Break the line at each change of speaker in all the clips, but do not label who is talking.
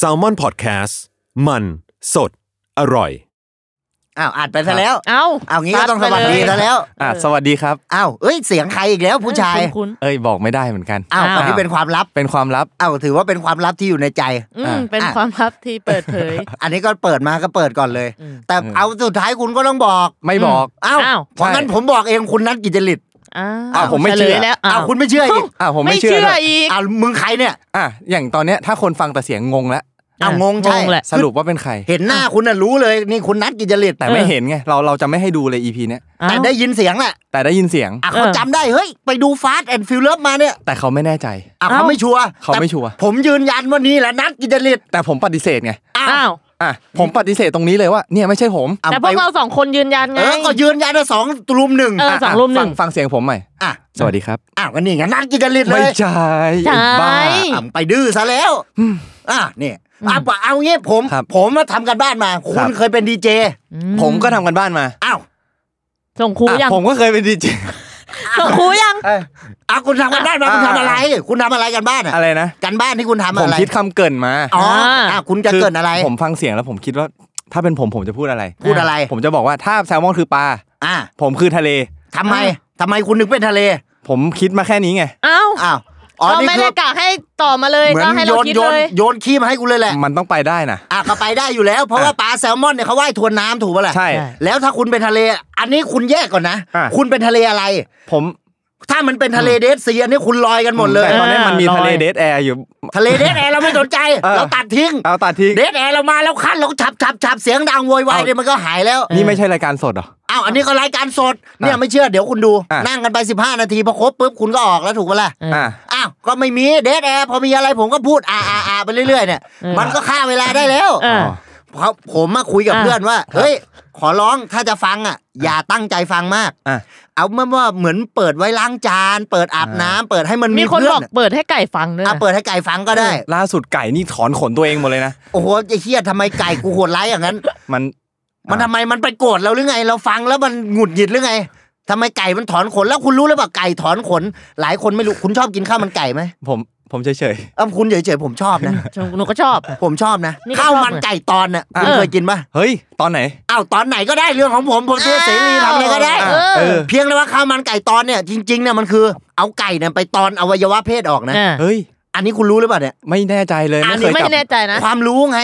s a l m o n PODCAST มันสดอร่อย
อ้าวอัดไปซะแล้ว
เอ้า
เอางี้ก็ต้องส
ซั
วั
ไป
ส
เลย
ดีซะแล้ว
อ่ะสวัสดีครับ
อ้าวเอ้ยเสียงใครอีกแล้วผู้ชาย
คุ้น
เอ้ยบอกไม่ได้เหมือนกัน
อ้าว
อ้าว
อันนี้เป็นความลับ
เป็นความลับ
อ้าวถือว่าเป็นความลับที่อยู่ในใจ
ๆอืมเป็น
อ่ะ
ความลับที่เปิดเผ ย
อันนี้ก็เปิดมาก็เปิดก่อนเลย
อืม
แต่
อืม
เอาสุดท้ายคุณก็ต้องบอก
ไม่บอก
อ้าว
อ้าว
เพราะงั้น
ใช่
ผมบอกเองคุณนัทกิจจริต
อ้า
อ้าวผมไม่เชื่อ
ฉลยแล้ว
อ้าวคุณไม่เชื่ออีก
อ่ะผมไม่เชื่อด้วย
อีก
อ้าวมึงใครเนี่ย
อ่ะอย่างตอนเนี้ยถ้าคนฟังแต่เสียงงงแล้ว
อ้าวงงใช่
งงแหละ
สรุปว่าเป็นใคร
เห็นหน้าคุณน่ะรู้เลยนี่คุณนัทกิจจริต
แต่ไม่เห็นไง เราเราจะไม่ให้ดูเลย EP เนี้ย
อ้าว
แต่ได้ยินเสียงแหละ
แต่ได้ยินเสียง
อ่ะเขา
เออ
จำได้เฮ้ยไปดูฟาสต์แอนด์ฟิลเลมาเนี่ย
แต่เขาไม่แน่ใจ
อ่ะเขาไม่ชัวร์
เขาไม่ชัวร์
แต่ผมยืนยันว่านี่แหละนัทกิจจริต
แต่ผมปฏิเสธไง
อ้าว
อ้าว
อ่ะผมปฏิเสธตรงนี้เลยว่าเนี่ยไม่ใช่ผม
อ่ะ
แต่พ
ไป
วกเราสองคนยืนยันไง
เออก็ยืนยันว่าสองรุมหนึ่ง
เออ
ะ
สงรูปหนึ่ง
ฟัฟังเสียงผมใหม่
อ่ะ
สวัสดีครับ
อ้าวก็นี่ไงนัดกินกันลิดเล
ไม่
ย
ใช่
ใช่
ไอ้บ้า
อ่ะไปดื้อซะแล้วอ่ะนี่อ่ะปะเอางี้ผม
ครับ
ผมมาทำกันบ้านมา คุณเคยเป็นดีเจ
อื
ผมก็ทำกันบ้านมา
อ้าว
ส่งครู
อ่ะ
ยัง
ผมก็เคยเป็นดีเจ
ส่งครูยัง
อ้าวคุณทำกันบ้านมา
อ่ะ
คุณทำอะไร คุณทำอะไรกันบ้านอ่ะ
อะไรนะ
กันบ้านที่คุณทำ
ผม
อะไร
คิดคำเกรินมา
อ๋อ
อ่า
อ่ะคุณจะ
คื
เกิดอะไร
ผมฟังเสียงแล้วผมคิดว่า ถ้าเป็นผมผมจะพูดอะไร
พูดอะไร
ผมจะบอกว่าถ้าแซลมอนคือปลา
อ่ะ
ผมคือทะเล
ทำไมทำไมคุณนึกเป็นทะเล
ผมคิดมาแค่นี้ไง
อ้าว
อ้าวอ๋อ
เรา
นี่
ไม่
คือก
ได้ะให้ต่อมาเลย
เหมือ
ก็
น
ให้
โย
เรา
น
คิด
โยน
เลย
โยนขี้มาให้กูเลยแหละ
มันต้องไปได้นะ
อ่ะก็ไปได้อยู่แล้ว เพราะ
อ่ะ
ว่าปลาแซลมอนเนี่ยเขาว่ายทวนน้ำถูกปะล่ะ
ใช่
ใช่
แล้วถ้าคุณเป็นทะเล อันนี้คุณแยกก่อนนะ
อ่ะ
คุณเป็นทะเลอะไร
ผม
ถ้ามันเป็นทะเลเดดซีอันนี้คุณลอยกันหมดเลย
แต่ตอนนี้มันมี
เออ
ทะเล
ลอย
เดทแอร์อยู่
ทะเลเดดแอร์เราไม่สนใจ
เออ
เราตัดทิ้ง
เอาตัดทิ้ง
เดดแอร์เรามาแล้วขั้นเราฉับฉับฉับเสียงดังโวยวาย
เอา
เนี่ยมันก็หายแล้ว
นี่ไม่ใช่รายการสดเหรอ
อ้าวอันนี้ก็รายการสดเนี่ยไม่เชื่อเดี๋ยวคุณดู
อ่ะ
นั่งกันไป 15 นาทีพอครบปุ๊บคุณก็ออกแล้วถูกปะล่ะ
เอออ่
อ่ะ
อ้าวก็ไม่มีเดดแอร์พอมีอะไรผมก็พูดอาอาอาไปเรื่อยๆเนี่ย
เออ
มันก็ฆ่าเวลาได้แล้ว
เออ
เพราะผมมาคุยกับ
อ่ะ
เพื่อนว่าเฮ้ยขอร้องถ้าจะฟังอ่ะอย่าตั้งใจฟังมาก
อ่ะ
เอาเมื่อว่าเหมือนเปิดไว้ล้างจาน เปิดอาบน้ำเปิดให้มัน
มี
มี
คน
เพื่
บ
อ
อก
น
เปิดให้ไก่ฟังด้วย
อ่ะ
นะ
เปิดให้ไก่ฟังก็ได้
ล่าสุดไก่นี่ถอนขนตัวเองหมดเลยนะ
โอ้โหไอ้เฮียทำไมไก่กูโหดร้ายอย่างนั้น
มัน
มันทำไมมันไปโกรธเราหรือไง เราฟังแล้วมันหงุดหงิดหรือไงทำไมไก่มันถอนขนแล้วคุณรู้หรือเปล่าไก่ถอนขน หลายคนไม่รู้คุณชอบกินข้าวมันไก่ไหม
ผมผมเฉย
เอ้าคุณเฉยๆผมชอบ นะ
หนูก็ชอบ
ผมชอบนะ
นี่ก็
ข้าวมัน
ชอบนะ
ไก่ตอนน่ะ
เออ
คุณเคยกินปะ
ๆ เฮ้ย ตอนไหน
อ้าวตอนไหนก็ได้เรื่องของผมผมเชื่อเสรีทำอะไรก็ได้
เออ
เออ
เพียงแต่ว่าข้าวมันไก่ตอนเนี่ยจริงๆเนี่ยมันคือเอาไก่เนี่ยไปตอนอวัยวะเพศออกนะ
อ่ะ
เฮ้ย
อันนี้คุณรู้หรือเปล่าเนี่ย
ไม่แน่ใจเลย
อั
ไม่
น
เค
นี้
ย
ไม่
จับ
แน่ใจนะ
ความรู้ไง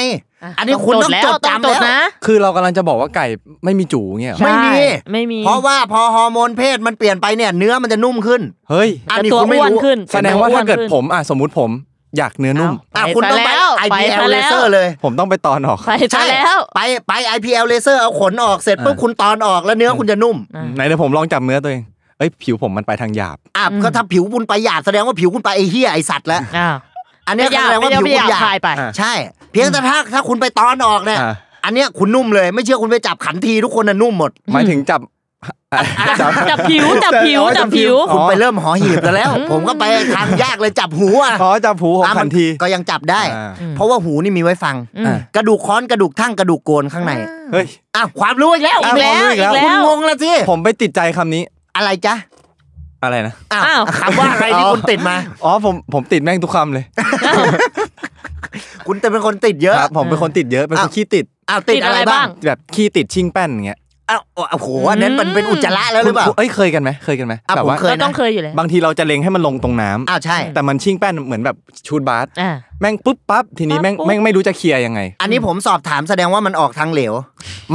ะ
อันนี้คุณต้องจดจำ
ต้
แล้ว
องจดนะ
คือเรากำลังจะบอกว่าไก่ไม่มีจูเงี้ยเหรอ
ไม่มี
ใช่ไม่มี
เพราะว่าพอฮอร์โมนเพศมันเปลี่ยนไปเนี่ยเนื้อมันจะนุ่มขึ้น
เฮ้ย
อัน
แต่
นี้
ตัว
คุณไม่
อ้วน
รู้
ขึ้น
แสดงว่าถ้าเกิด
อ้นขึ้น
ผมอ่ะสมมุติผมอยากเนื้อนุ่ม
อ่ะคุณต้องไป
ไปซะ
IPL
แล้วไปซะแล้ว
laser เลย
ผมต้องไปตอนออก
ไปซะแล้ว
ไปไป IPL laser เอาขนออกเสร็จปุ๊บ
อ่า
คุณตอนออกแล้วเนื้อคุณจะนุ่ม
อ่ะ
ไหนเดี๋ยวผมลองจับเนื้อตัวเอง เอ้ยผิวผมมันไปทางหยาบ
อ่ะ
อืม
ก็ถ้าผิวคุณไปหยาบแสดงว่าผิวคุณไปไอเหี้ยไอสัตว์แล้ว
อ้าว
อัน
ไม่
เนี้ยแส
อยาก
ดง
ไม่
ว่า
อ
ผิ
ยาก
วคุ
ไม่อ
ณห
ยาก
ยาบ
พายไป
อ่ะ
ใช่ เพียงแต่ถ้าถ้าคุณไปตอนออกเนี่ย
อ่ะ
อันเนี้ยคุณนุ่มเลยไม่เชื่อคุณไปจับขันทีทุกคนน่ะนุ่มหมด
หมายถึงจับอ่ะจับ
จับผิวจับผิวจับผิว
อ๋อ
คุณไปเริ่มหอหีบแล้วแล้ว ผมก็ไปทางยากเลยจับหูอ่ะ
ขอจับหูของ
อ่ะ
ขั
มัน
ที
ก็ยังจับได้
อ่า
อืม
เพราะว่าหูนี่มีไว้ฟัง
อืม
กระดูกค้อนกระดูกทั้งกระดูกโกนข้างใน
เฮ้ย
อ่ะความรู้อีกแล้ว
อีกแล้
ความ
ว
รู้
อีกแล้ว
คุณงงแล้วสิ
ผมไปติดใจคำนี้
อะไรจ๊ะ
อะไรนะ
อ้า
อ้าวว
คำว่าอะไรที่คุณติดมา
อ๋อผมผมติดแม่งทุกคำเลย
คุณแต่เป็นคนติดเยอะ
ครับผมเป็นคนติดเยอะเป็นค
อ้าวน
ขี้ติด
อ้าวติดอะไรบ้าง
แบบขี้ติดชิงแป้นอย่างเงี้ย
อ้าวโอ้โหอันนั้นมันเป็นอุจจาระแล้วหรือเปล่า
คุณเอ้ยเคยกันไหมเคยกันไหม
อ่ะ
แบบ
ผม
ว่า
เคย
เราต้องเคยอยู่แล้ว
บางทีเราจะเล็งให้มันลงตรงน้ำ
อ้าวใช่
แต่มันชิงแป้นเหมือนแบบชูดบาส
อ่า
แม่งปุ๊บปั๊บทีนี้แม่ง
ปั๊บปุ๊บ
แม่งไม่รู้จะเคลียร์ยังไง
อันนี้ผมสอบถามแสดงว่ามันออกทางเหลว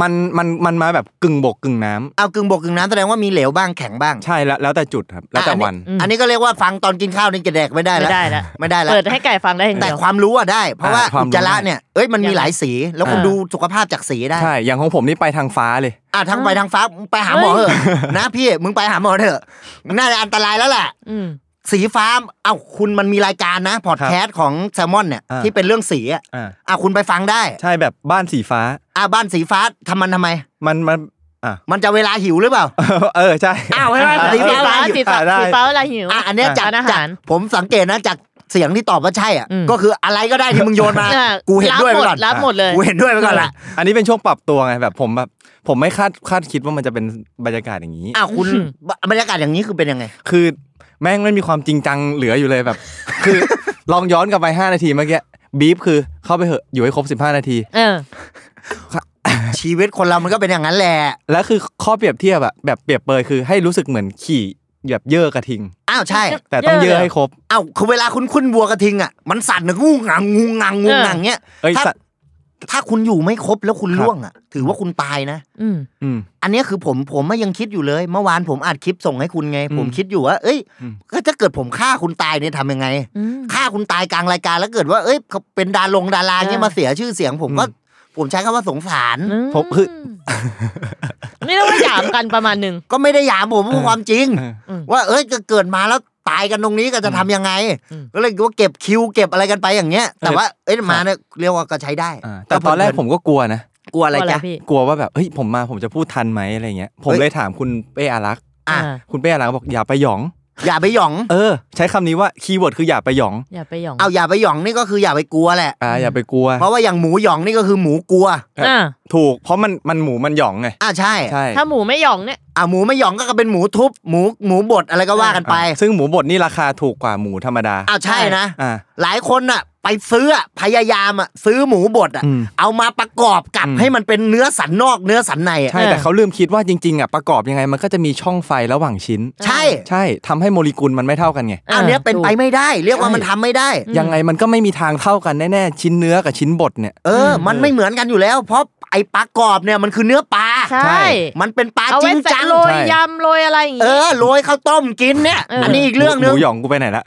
มันมันมันมาแบบกึ่งบกกึ่งน้ำ
เอากึ่งบกกึ่งน้ำแสดงว่ามีเหลวบ้างแข็งบ้าง
ใช่แล้วแล้วแต่จุดครับ แล้วแต่
อ่ะ
วัน
อัอันนี้ก็เรียกว่าฟังตอนกินข้าวนี่กระแดกไม่ได้
ไม่
แล้ว
ได้แล้ว
ไม่ได้แล้ว
เปิดให้ไก่ฟังได้อย่าง
แต่
เดียว
ความรู้อ่ะได้ เพราะว่า
อ่ะความ
อุ
รู้
จจาระเนี่ย เอ้ยมันมี
ยังไง
หลายสี แล้วคุณ
เออ
ดูสุขภาพจากสีได้
ใช่อย่างของผมนี่ไปทางฟ้าเลย
อ่ะทางไปทางฟ้ามึงไปหาหมอเถอะนะพี่มึงไปหาหมอเถอะน่าจะอันตรายแล้วแหละ
อืม
สีฟ้าเอ้าคุณมันมีรายการนะพอดแคสต์ของแซลมอนเนี่ย
อ่า
ที่เป็นเรื่องสีอ่ะ
อ่า
อ่ะคุณไปฟังได้
ใช่แบบบ้านสีฟ้า
อ่ะบ้านสีฟ้าทำมันทำไม
มันมัน อ่ะ
มันจะเวลาหิวหรือเปล่า
เออใช่
อ้าวใช่ไหม
สีฟ้าสีฟ้า
ได้
สีฟ้าเวลาหิว
อ่ะอันเนี้ยจาก
ร้านอา
จาก
หาร
ผมสังเกตนะจากเสียงที่ตอบว่าใช่อ่ะ
อืม
ก็คืออะไรก็ได้ที่มึงโยนมา
อ่ะ
กูเห็นด้วยไปก่อน
รับหมดเลย
กูเห็นด้วยไปก่อนละ
อันนี้เป็นช่วงปรับตัวไงแบบผมแบบผมไม่คาดคาดคิดว่ามันจะเป็นบรรยากาศอย่างนี้
อ้าวคุณ
อืม
บรรยากาศอย่างนี้คือเป็นยังไง
คือแม่งไม่มีความจริงจังเหลืออยู่เลยแบบ คือ ลองย้อนกลับไป 5 นาทีเมื่อกี้บีฟคือเข้าไปเหอะอยู่ให้ครบ 15 นาที
เออ
ชีวิตคนเรามันก็เป็นอย่างนั้นแหละ
และคือข้อเปรียบเทียบอะแบบเปรียบเปรยคือให้รู้สึกเหมือนขี่แบบเยอะกระทิง
อ้าวใช่
แต่ต้อง
เย
เย
อะเลย
อะให้ครบ
เอ้าคือเวลาคุณขึ้นวัวกระทิงอ่ะมันสั่นนะงูงังงูงังงูงังเนี้ย
เอ้ย
ถ้า
สัตว์
ถ้าคุณอยู่ไม่ครบแล้วคุณ
ครับ
ล่วงอ่ะ ถือว่าคุณตายนะ
อืม
อืม
อันเนี้ยคือผมผมไม่ยังคิดอยู่เลย เมื่อวานผมอัดคลิปส่งให้คุณไง
อืม
ผมคิดอยู่ว่า เอ้ย
อืม
ก็ถ้าเกิดผมฆ่าคุณตายเนี่ยทำยังไง
อืม
ฆ่าคุณตายกลางรายการแล้วเกิดว่าเอ้ยเขาเป็นดารงดาราเนี่ยมาเสียชื่อเสียง ผมก็ผมใช้คำว่าสงสาร
ผมคือ
นี่เราว่าหยามกันประมาณหนึ่ง
ก็ไม่ได้หยามผมพูดความจริง
เออ
ว่าเอ้ยจะเกิดมาแล้วตายกันตรงนี้ก็จะทำยังไง
อืม
ก็เลยว่าเก็บคิวเก็บอะไรกันไปอย่างเงี้ย แต่ว่าเอ้ยมาเนี่ยเรียกว่าก็ใช้ได้
อ่าแต่ตอนแรกผมก็กลัวนะ
กลัวอะไร
ว่า
จ๊ะ
พี่
กลัวว่าแบบเฮ้ยผมมาผมจะพูดทันไหมอะไรเงี้ย ผม
เอ้ย
เลยถามคุณเป้อารักษ์
อ่ะ
คุณเป้อารักษ์บอกอย่าไปหยอง
อย่าไปหยอง
เออ ใช้คำนี้ว่าคีย์เวิร์ดคืออย่าไปหยอง
อย่าไปหยอง
เอาอย่าไปหยองนี่ก็คืออย่าไปกลัวแหละ
อ่าอย่าไปกลัว
เพราะว่าอย่างหมูหยองนี่ก็คือหมูกลัว
อ่า
ถูก เพราะมันมันหมูมันหยองไง
อ่ะใช่
ใช่
ถ้าหมูไม่หยองเนี่ย
อ่ะหมูไม่หยองก็เป็นหมูทุบ หมูหมูบดอะไรก็ว่ากันไป
อ่าซึ่งหมูบดนี่ราคาถูกกว่าหมูธรรมดา
อ่ะใช่นะ
อ่า
หลายคนอ่ะ ไปซื้ออ่ะพยายามอ่ะซื้อหมูบดอ่ะ
อืม
เอามาประกอบกับ
อืม
ให้มันเป็นเนื้อสันนอกเนื้อสันในอ่ะ
ใช่
เออ
แต่เขาลืมคิดว่าจริงๆอ่ะประกอบยังไงมันก็จะมีช่องไฟระหว่างชิ้น
ใช่
ใช่ทำให้โมเลกุลมันไม่เท่ากันไง
อันเนี้ยเป็นไปไม่ได้ เรียกว่า
ใช่
มันทำไม่ได้
ยังไงมันก็ไม่มีทางเท่ากันแน่ๆชิ้นเนื้อกับชิ้นบดเนี่ย
เออ มันไม่เหมือนกันอยู่แล้ว เพราะไอ้ปลากรอบเนี่ยมันคือเนื้อปลา
ใช
ใช่
่
มันเป็นปลา
เอา
จ
ไว้
ริง
ใส่
จัง
โรย
ใช่
ยำโรยอะไรอย่าง
เอ
งี้
อโรยข้าวต้มกินเนี่ย
เอออั
อันนี้อีกเรื่อง
ห
นึ
มู
ง
หยองกูไปไหนละ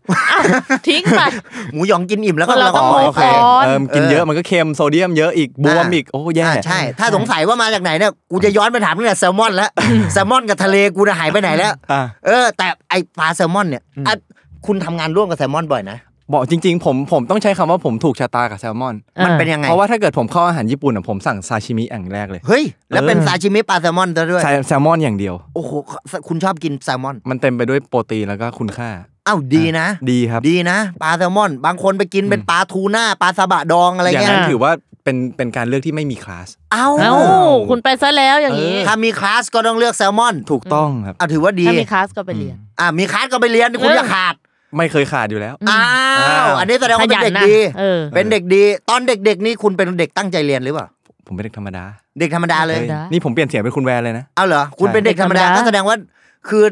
ทิ้งไป
หมูหยองกินอิ่มแล้วก็
คนเราต้
ก็
อง
ปล่อย
โรย
ไป
ก่อน
เออกินเยอะมันก็เค็มโซเดียมเยอะอีกบวม
อ่า
อีกโอ้แย่
อ่าใช่ ถ้าสงสัยว่ามาจากไหนเนี่ยกูจะย้อนไปถามตั้งแต่แซลมอนแล้วแซลมอนกับทะเลกูน่ะหายไปไหนแล้ว
อ่า
เออ แต่ไอปลาแซลมอนเนี่ยอ่ะคุณทำงานร่วมกับแซลมอนบ่อยนะ
บอกจริง ๆ ผมผมต้องใช้คำว่าผมถูกชะตากับแซลมอน
มันเป็นยังไง
เพราะว่าถ้าเกิดผมเข้าอาหารญี่ปุ่นอ่ะผมสั่งซาชิมิอย่างแรกเลย
เฮ้ยแล้วเป็นซาชิมิปลาแซลมอนซะด้วย
ใส่แซลมอนอย่างเดียว
โอ้โหคุณชอบกินแซลมอน
มันเต็มไปด้วยโปรตีนแล้วก็คุณค่า
อ้าวดีนะ
ดีครับ
ดีนะปลาแซลมอน บางคนไปกินเป็นปลาทูน่าปลาซาบะดองอะไร
อย่าง
เงี้ย
นั้นถือว่าเป็นเป็นการเลือกที่ไม่มีคลาส
เอ้า
เอ้าคุณไปซะแล้วอย่างนี้
ถ้ามีคลาสก็ต้องเลือกแซลมอน
ถูกต้องครับ
อ่ะถือว่าดี
ถ้ามีคลาสก็ไปเรียน
อ่ะมีคลาสก็ไปเรียนคุณ
เออ
อ
อ
ย่าขาด
ไม่เคยขาดอยู่แล้ว
อ้าว
อ้าว
อันนี้แสดงว่าเป็นเด็ก
นะ
ดี
เออ
เป็นเด็กดี ตอนเด็กๆนี่คุณเป็นเด็กตั้งใจเรียนหรือเปล่า
ผมเป็นเด็กธรรมดา
เด็กธรรมดาเลย
เฮ้ย
ธรรมดานี่
นี่ผมเปลี่ยนเสียงเป็นคุณแวนเลยนะ
เอาเหรอ คุณเป็นเด็กธรรมดา
เด็กธรรมดา
ก็แสดงว่า คือ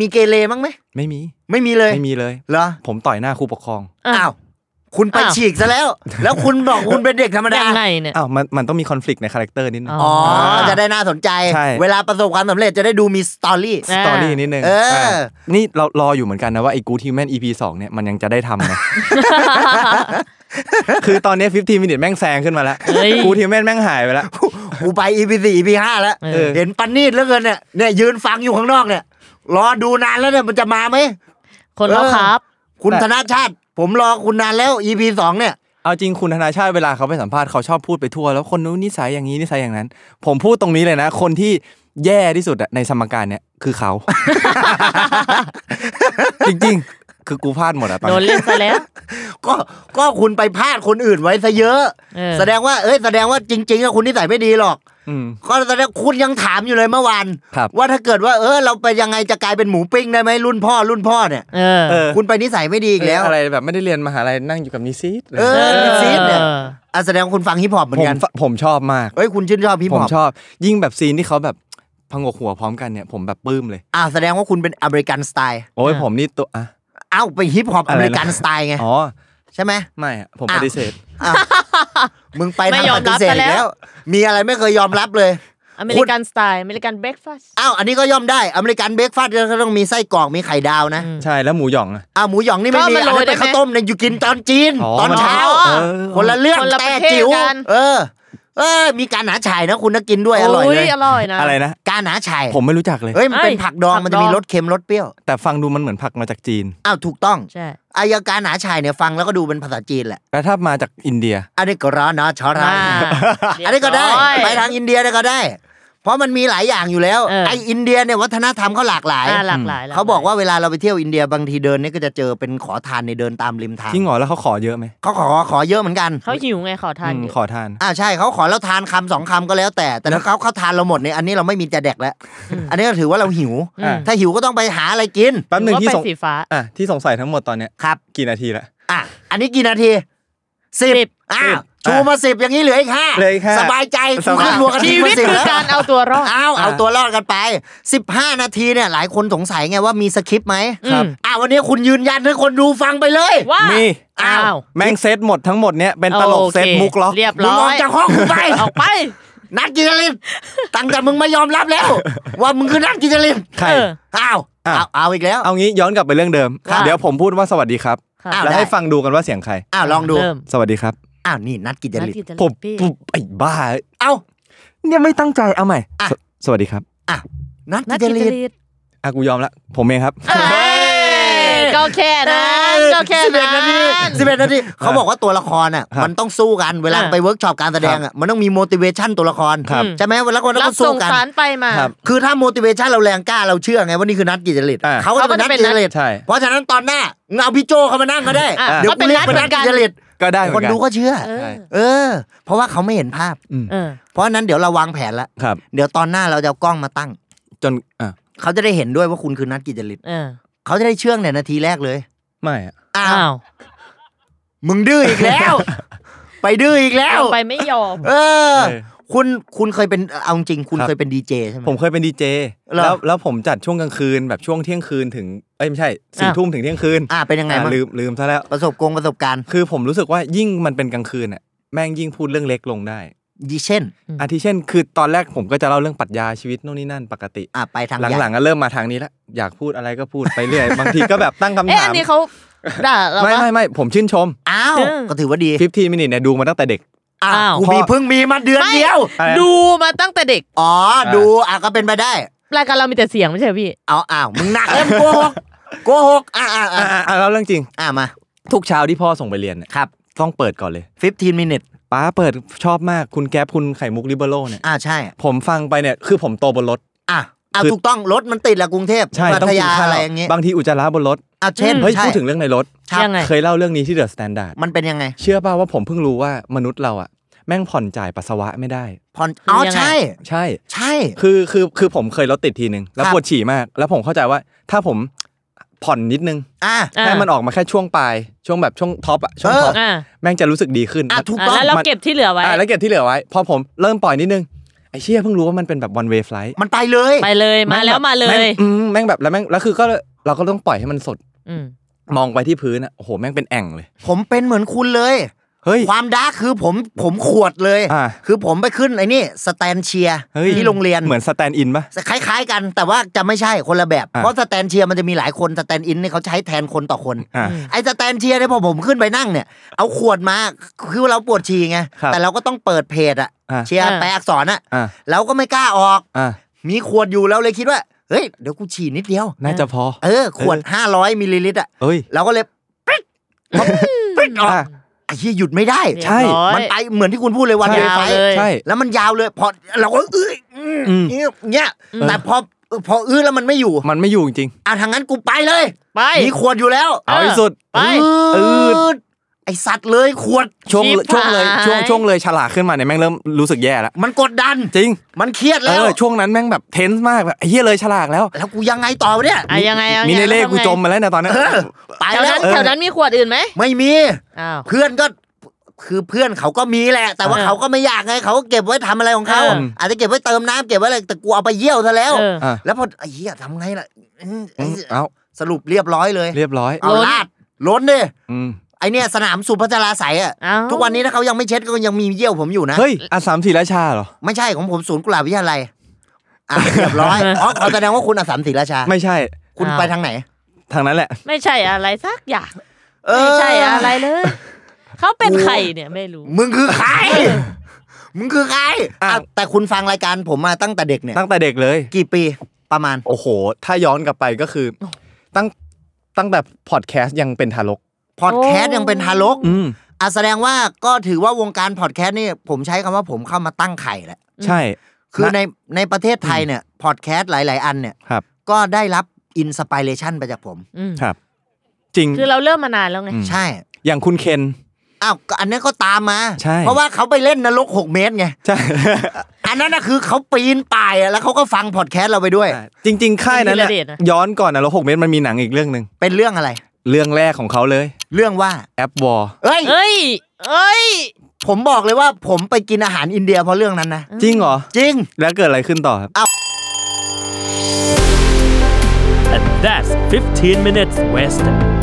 มีเกเรมั้งไหม
ไม่มี
ไม่มีเลย
ไม่มีเลย
เหรอ
ผมต่อยหน้าครูปกครอง
อ้า
อ้าว ว คุณไป
อ้าว
ฉีกซะแล้ว แล้วคุณบอกคุณเป็นเด็กธรรมดา
ยังไงเนี่ย
อ้าวมันมันต้องมีคอน FLICT ในคาแรคเตอร์นิดนึง
อ๋
อ๋
อ
อ
จะได้น่าสนใจ
ใช่
เวลาประสบความสำเร็จจะได้ดูมีสตอรี่
อ่า
สตอรี่นิดนึง
เอออ่
ะนี่เรารออยู่เหมือนกันนะว่าไอ้ Good Human EP 2เนี่ยมันยังจะได้ ทำนะ คือตอนนี้15 minute แม่งแซงขึ้นมาแล้ว
เฮ้ย
Good Human แม่งหายไปแล้ว
กูไป EP สี่ EP ห้าแล้ว
เออ
เห็นปันนี่แล้วเกินเนี่ยเนี่ยยืนฟังอยู่ข้างนอกเนี่ย รอดูนานแล้วเนี่ยมันจะมาไหม
คนเขาครับ
คุณ
แต่
ธนาชาติ ผมรอคุณนานแล้ว EP สองเนี่ย
เอาจริงคุณธนาชาติเวลาเขาไปสัมภาษณ์เขาชอบพูดไปทั่ว แล้วคนนู้นนิสัยอย่างนี้นิสัยอย่างนั้น ผมพูดตรงนี้เลยนะ คนที่แย่ที่สุดอะในสมการเนี่ยคือ เขา จริงๆ คือกูพลาดหมดอะตอน
โดน
นี้
เล่นซะแล้ว
ก็ก็คุณไปพลาดคนอื่นไว้ซะเยอะ
เออ
แสดงว่าเอ้ยแสดงว่าจริงๆอะคุณนิสัยไม่ดีหรอก
อืม
ก็แสดงคุณยังถามอยู่เลยเมื่อวาน
ครับ
ว่าถ้าเกิดว่าเออเราไปยังไงจะกลายเป็นหมูปิ้งได้ไหมรุ่นพ่อรุ่นพ่อเนี่ย
เออ
เออ
คุณไปนิสัยไม่ดีอีกแล้ว
อะไรแบบไม่ได้เรียนมหาลัยนั่งอยู่กับนิสิต
เออ
เออ
ซีดเนี่ย อ่ะแสดงว่าคุณฟังฮิปฮอปเหมือ
ผม
นกัน
ฟผมชอบมาก
เอ้ยคุณชื่นชอบฮิป
ผ
ฮ
ม
อป
ชอบ ยิ่งแบบซีนที่เขาแบบพงกหัวพร้อมกันเนี่ย ผมแบบปลื้มเลย
อ่ะแสดงว่าคุณเป็นอเมริกันสไตล์
โอ้ย
อ่ะ
ผมนี่ตัวอ่ะ
เอ้าเป็นฮิปฮอป
อะ
อเม
ไรนะ
ริกันสไตล์ไง
อ๋อ
ใช่ไหม
ไม่อะผม
อ้า
ป
ว
ฏิเสธ
อ้าวมึงไป
ไม่
ทาง
ย
ป
อมรั
ฏิ
บ
เสธ
ซะแล้ว
แล้ว มีอะไรไม่เคยยอมรับเลย
อเมริกันสไตล์ อเมริกันเบรกฟาส
อ้าวอันนี้ก็ย่อมได้อเมริกันเบรกฟาสต์ก็ต้องมีไส้กรอกมีไข่ดาวนะ
อืม
ใช่แล้วหมูหยองอะ
อ้าวหมูหยองนี่ไม่มี
ก็
อั
เอา
นนั้
มาโร
น
ย
เป็น
ได้ไหม
ข้าวต้มเนี่ยอยู่กินตอนจีน
อ๋อ
ตอนเช้า
อ๋อ
คนละเรื่อง
คนละ
แต่
ประเทศ
จิ๋ว
กัน
เออ เออ มีการหาฉายนะคุณนะกินด้วยอร่อยเลย
อร่อยนะ
อะไรนะ
ไก าหนาชัย
ผมไม่รู้จักเลย
เอ้ยมันเป็น
เอ้ย
ผักดอง
ผัก
มันจะมี
ดอง
รสเค็มรสเปรี้ยว
แต่ฟังดูมันเหมือนผักมาจากจีน
อ้าวถูกต้อง
ใช่
อายการหนาชัยเนี่ยฟังแล้วก็ดูเป็นภาษาจีนแหละ
แต่ถ้ามาจากอินเดีย
อันนี้ก็ร้อนนะชอร้อน
อ่า
อันนี้ก็ได้
เรียบร้อย
ไปทางอินเดียเนี่ยก็ได้ เพราะมันมีหลายอย่างอยู่แล้ว
เออ
ไออินเดียเนี่ยวัฒนธรรมเขาหลากหลาย
อ่าหลากหลาย
เขาบอกว่าเวลาเราไปเที่ยวอินเดียบางทีเดินเนี่ยก็จะเจอเป็นขอทานในเดินตามริมทาง
จริงเหรอแล้วเขาขอเยอะไหม
เขาขอขอเยอะเหมือนกัน
เขาหิวไงขอทาน
อืม
เยอะ
ขอทาน
อ่าใช่เขาขอแล้วทานคำสองคำก็แล้วแต่ แต่ถ้าเขาเขาทานเราหมดเนี่ยอันนี้เราไม่มีจะแดกแล้ว อันนี้ก็ถือว่าเราหิว
อืม
ถ้าหิวก็ต้องไปหาอะไรกิน
แป๊บหนึ่ง
รือว่า
ที่สง
ไปสีฟ้า
อ่ะที่สงสัยทั้งหมดตอนเนี้ย
ครับ
กี่นาทีละ
อ่ะ อันนี้กี่นาทีสิ
สิ
บบ อ้า
สิ
ว
บ
ชูมาสิบอย่างนี้เหลืออีกห้า
เหลืออีกห้า
สบายใจ
ส
กู
บาย
ขึ้นรวกัน
ชี
ที่
วิต
สิบ
คือ
แล้ว
การเอาตัวรอด
เอาเอาตัวรอดกันไป 15 นาทีเนี่ย หลายคนสงสัยไงว่ามีสคริปต์ไหม
ครับ
อ่าวันนี้คุณยืนยันให้คนดูฟังไปเลย
ว่า
มี
อ้าว
แม่งเซตหมดทั้งหมดเนี้ยเป็นตลก
โอค
เซตมุกล็อก
เรียบ
มึง
ร้
อ
อ
อก
ย
จากห้องกูไป
ออกไป
นัดกิจลินตั้งแต่มึงไม่ยอมรับแล้ว ว่ามึงคือนัดกิจลิน
ใคร
เออ
อ้าว
อ่ะ
เอาเอาอีกแล้ว
เอางี้ย้อนกลับไปเรื่องเดิม
ครับ
เดี๋ยวผมพูดว่าสวัสดีครับ
ครับ
อ้าว
แล้ว
ได้
ให้ฟังดูกันว่าเสียงใคร
อ้าวลองดู
เริ่ม
สวัสดีครับ
อ้าวนี่นัดกิจ
นัก
ลิน
กิจกรร
ผม
พี่
ปุ๊บไอ้บ้า
เอ้า
เนี่ยไม่ตั้งใจเอาใหม่
อ่ะ
สสวัสดีครับ
นัด
นัก
กิจ
กิจ
ลิน
ลิต
อ่ะกูยอมละ ผมเองครับ
เอ้ยก็แค่นั้นก็แค่
สิบเอ็ด
นั้
นาที
น
สิบเอ็ดนาทีเขาบอกว่าตัวละครอ่ะ
ครับ
มันต้องสู้กันเวลา
อ่า
ไปเวิร์กช็อปการแสดงอ่ะมันต้องมี motivation ตัวละคร
ครับ
ใช่ไหมเวลาคน
รั
ต้อ
บ
ง
ส่
สู้
ง
กัน
สารไปมา
ครับ
คือถ้า motivation เราแรงกล้าเราเชื่อไงว่านี่คือนัดกิจจริต
อ่า
เขาก็จะเป็นนัดกิจจริต
ใช่
เพราะฉะนั้นตอนหน้าเงเอาพี่โจเข้ามานั่งก็ได้
อ่า
เดี๋ยว
ก็เป็
กู
น
เรียก
นัด
เป็นนัด
เหมือนกั
กิ
น
จจริต
ก็ได้เหมื
ค
อน นกัน
ดูก็เชื่อ
เออ
เออ เพราะว่าเขาไม่เห็นภาพ
เออ
เพราะฉะนั้นเดี๋ยวเราวางแผนแล้ว
ครับ
เดี๋ยวตอนหน้าเราจะเอากล้องมาตั้ง
จน อ่ะ
เขาจะได้เห็นด้วยว่าคุณคือนัดกิจจริต
เออ
เขาจะได้เชื่องในนาทีแรกเลย
ไม่อ่ะ
อ้า
อ้าว ว
มึงดื้ออีกแล้ว ไปดื้ออีกแล้ว
เอาไปไม่ยอม
เออ
เออ
คุณคุณเคยเป็นเอาจริงๆคุณ
ครับ
เคยเป็นดีเจใช่ไหม
ผมเคยเป็นดีเจ
เหรอ
แล้ว แล้วผมจัดช่วงกลางคืนแบบช่วงเที่ยงคืนถึง เอ้ยไม่ใช่สี่
อ้าว
ทุ่มถึงเที่ยงคืน
อ่าเป็นยังไง
อ่ะ
บ้าง
ลืม ลืมซะแล้ว
ประสบกงประสบการณ์
คือผมรู้สึกว่ายิ่งมันเป็นกลางคืนอ่ะ แม่งยิ่งพูดเรื่องเล็กลงได้
ดีเช่น
อาทิเช่น คือตอนแรกผมก็จะเล่าเรื่องปรัชญาชีวิตโน่นนี่นั่นปกติ
อ่าไปทาง
หลังๆก็เริ่มมาทางนี้แล้วอยากพูดอะไรก็พูดไปเรื่อย บางทีก็แบบตั้งคำ
เอ๊ะ
ถา
อั
ม
นนี้เขาด่าเรา
ไม่
ปะ
ไม่ไม่ผมชื่นชม
ๆอ้าว
เออ
ก็ถือว่าดี
15 minutes เนี่ยดูมาตั้งแต่เด็ก
อ้า
อ้าว ว
กูมี
พ่อ
เพิ่งมีมาเดือนเดียว
อะไรนะ
ดูมาตั้งแต่เด็ก
อ๋อดูอ่ะก็เป็นไปได้
รายการเรามีแต่เสียงไม่ใช่เหรอพี่
เอาอ้าวมึงหนัก แล้วมึงโกหกโกหกอ่าอ่า
อ่ะ
อ่า
อ่ะอ่ะแล้วเรื่องจริง
อ่ามา
ทุกเช้าที่พ่อส่งไปเรียนเนี่ย
ครับ
ต้องเปิดก่อนเลย
15 minutes
ป้าเปิดชอบมากคุณแก๊ปคุณไข่มุกลิเบโรเนี่ย
อ่าใช่
ผมฟังไปเนี่ย คือผมโตบนรถ
อ่ะอ่ะ
คือ
ถูกต้องรถมันติดละกรุงเทพ
ใช่
พั
ต้อง
ท
กิน
ยา
ข้าว
อะไรอย่างเงี้ย
บางทีอุจจาระบนรถ
อ่ะเช่น
อืม
เฮ้ย
ใช่
พูดถึงเรื่องในรถ
ครับ
ยังไง
เคยเล่าเรื่องนี้ที่เดอะสแตนดาร์ด
มันเป็นยังไง
เชื่อป่าวว่าผมเพิ่งรู้ว่ามนุษย์เราอะแม่งผ่อนจ่ายปัสสาวะไม่ได้
ผ่อนอ๋อ
ยังไง
ใช่
ใช่
ใช่
คือคือคือผมเคยรถติดทีนึงแล้ว
ครับ
ปวดฉี่มาก แล้วผมเข้าใจว่าถ้าผมผ่อนนิดนึง
อ่ะ
อ่า
ให้มันออกมาแค่ช่วงปลายช่วงแบบช่วงท็อปอะช่วง
เออ
ท็อป
อ่า
แม่งจะรู้สึกดีขึ้น
อ่ะถูก
อ่า
ต้อง
แล้วเรา
มัน
เก็บที่เหลือไว้
อ่าแล้วเก็บที่เหลือไว้ พอผมเริ่มปล่อยนิดนึง ไอ้เชี่ยเพิ่งรู้ว่ามันเป็นแบบ one way flight
มันไปเลย
ไปเลยมาแล้วมาเล
แง
ย
อืมแม่งแบบแล้วแม่งแล้วคือก็เราก็ต้องปล่อยให้มันสด
อืม
มองไปที่พื้นอ่ะโอ้โหแม่งเป็นแอ่งเลย
ผมเป็นเหมือนคุณเลย
เฮ้ย
ความดาร์กคือผมผมขวดเลย
อ่า
คือผมไปขึ้นไอ้นี่สแตนเชียร์
เฮ้ย
ที่โรงเรียน
เหมือนสแตนด์อินปะ
คล้าย ๆ กันแต่ว่าจะไม่ใช่คนละแบบ
อ่ะ
เพราะสแตนเชียร์มันจะมีหลายคนสแตนอินเนี่ยเขาใช้แทนคนต่อคน
อ่า
ไอ้สแตนเชียร์เนี่ยพอผมขึ้นไปนั่งเนี่ย เอาขวดมาคือเราปวดฉี่ไง
ครับ
แต่เราก็ต้องเปิดเพจอะ
อ่ะ
เชียร์แปลอักษรอะ
อ่า
เราก็ไม่กล้าออก
อ่า
มีขวดอยู่เราเลยคิดว่าเฮ้ยเดี๋ยวกูฉี่นิดเดียว
น่าจะพอ
เออ ขวดห้าร้อยมิลลิลิตรอะ
เอ้ย
เราก็เลย ปิ๊ดปิ๊ดออก
อ่ะ
ไอ้เหี้ยหยุดไม่ได้
ใช่เรียบร้อย
มันไปเหมือนที่คุณพูดเลยวันเด
ใช่
ย์ไฟท์
ยาวเลย
ใช่
แล้วมันยาวเลย พอเราก็เอ้ยอืม
อืม
เงี้ยแต่พอพออื้อแล้วมันไม่อยู่
มันไม่อยู่จริง
อ่ะทางนั้นกูไปเลย
ไป
มีขวดอยู่แล้ว
ๆเอาให้สุด
ไป
อืด
ดไอสัตว์เลยขวด
ช่วง
ชิบ
ช่วงเลย
หาย
ช่วงช่วงเลยฉลาดขึ้นมาเนี่ยแม่งเริ่มรู้สึกแย่แล้ว
มันกดดัน
จริง
มันเครียด
เอ
แล้ว
อช่วงนั้นแม่งแบบเทนส์มากแบบไอ้เฮียเลยฉลาดแล้ว
แล้วกูยังไงต่อวะเนี่ย
อ่ะยังไงยังไง
มีในเล่
แล้วทำไง
กูจมมาแล้วเนะตอนนั้น
เออ ไป
แถว
แล้ว
นั้
น
แถวนั้นมีขวดอื่นไหม
ไม่มี
อ้าว
เพื่อนก็คือเพื่อนเขาก็มีแหละ แต่ว่า
เออ
เขาก็ไม่อยากไงเขาก็เก็บไว้ทำอะไรของเขา
เออ
อาจจะเก็บไว้เติมน้ำเก็บไว้อะไรแต่กูเอาไปเยี่ยวซะแล้ว
เออ
อ่ะ
แล้วพอไอ้เหี้ยทำไงล่ะอืม
อืมเอา
สรุปเรียบร้อยเลย
เรียบร้อย
เอา
ล้น
ลาดล้นดิ
อืม
ไอเนี่ยสนามสุพัชราใสยอ่ะ
อ้าว
ทุกวันนี้ถ้าเขายังไม่เช็ดก็ยังมีเยี่ยวผมอยู่นะ
เฮ้ยอ่ะสามสี่ราชาเหรอ
ไม่ใช่ของผมศูนย์กุหลาบวิทยาลัยอ่ะเรียบร้อยอ๋อขอแสดงว่าคุณอาสามศรีราชา
ไม่ใช่
คุณ
อ้าว
ไปทางไหน
ทางนั้นแหละ
ไม่ใช่อะไรสักอย่าง
เออ
ไม่ใช่อะไรเลย เขาเป็นใครเนี่ยไม่รู้
มึงคือใคร มึงคือใครอ่ะ
อ้าว
แต่คุณฟังรายการผมมาตั้งแต่เด็กเนี่ย
ตั้งแต่เด็กเลย
กี่ปีประมาณ
โอ้โห ถ้าย้อนกลับไปก็คือ ตั้งตั้งแต่พอดแคสต์ยังเป็นทารก
พอดแคสต์ยังเป็นทารก
อืม
อ่ะแสดงว่าก็ถือว่าวงการพอดแคสต์นี่ผมใช้คำว่าผมเข้ามาตั้งไข่แหละ
ใช่
คือ
นะ
ในในประเทศไทยเนี่ยพอดแคสต์หลาย ๆ อันเนี่ย
ครับ
ก็ได้รับอินสปิเรชันไปจากผม
อืม
ครับ จริง
คือเราเริ่มมานานแล้วไง
อืม
ใช่
อย่างคุณเคน
อ้าวก็อันนั้นก็ตามมา
ใช่
เพราะว่าเขาไปเล่นนรก 6 เมตรไง
ใช่
อัน นั้นนะคือเขาปีนป่ายอะแล้วเขาก็ฟังพอดแคสต์เราไปด้วย
จริง ๆ ค่ายนั้นน่ะ
คุณธีรเดชนะ
ย้อนก่อนนะแล้วหกเมตรมันมีหนังอีกเรื่องหนึ่ง
เป็นเรื่องอะไร
เรื่องแรกของเขาเลย
เรื่องว่า
แอปวอล
เอ้ย
เอ้ย เอ้ย
ผมบอกเลยว่าผมไปกินอาหารอินเดียเพราะเรื่องนั้นนะ
จริงเหรอ
จริง
แล้วเกิดอะไรขึ้นต่อครับ
And that's 15 minutes west.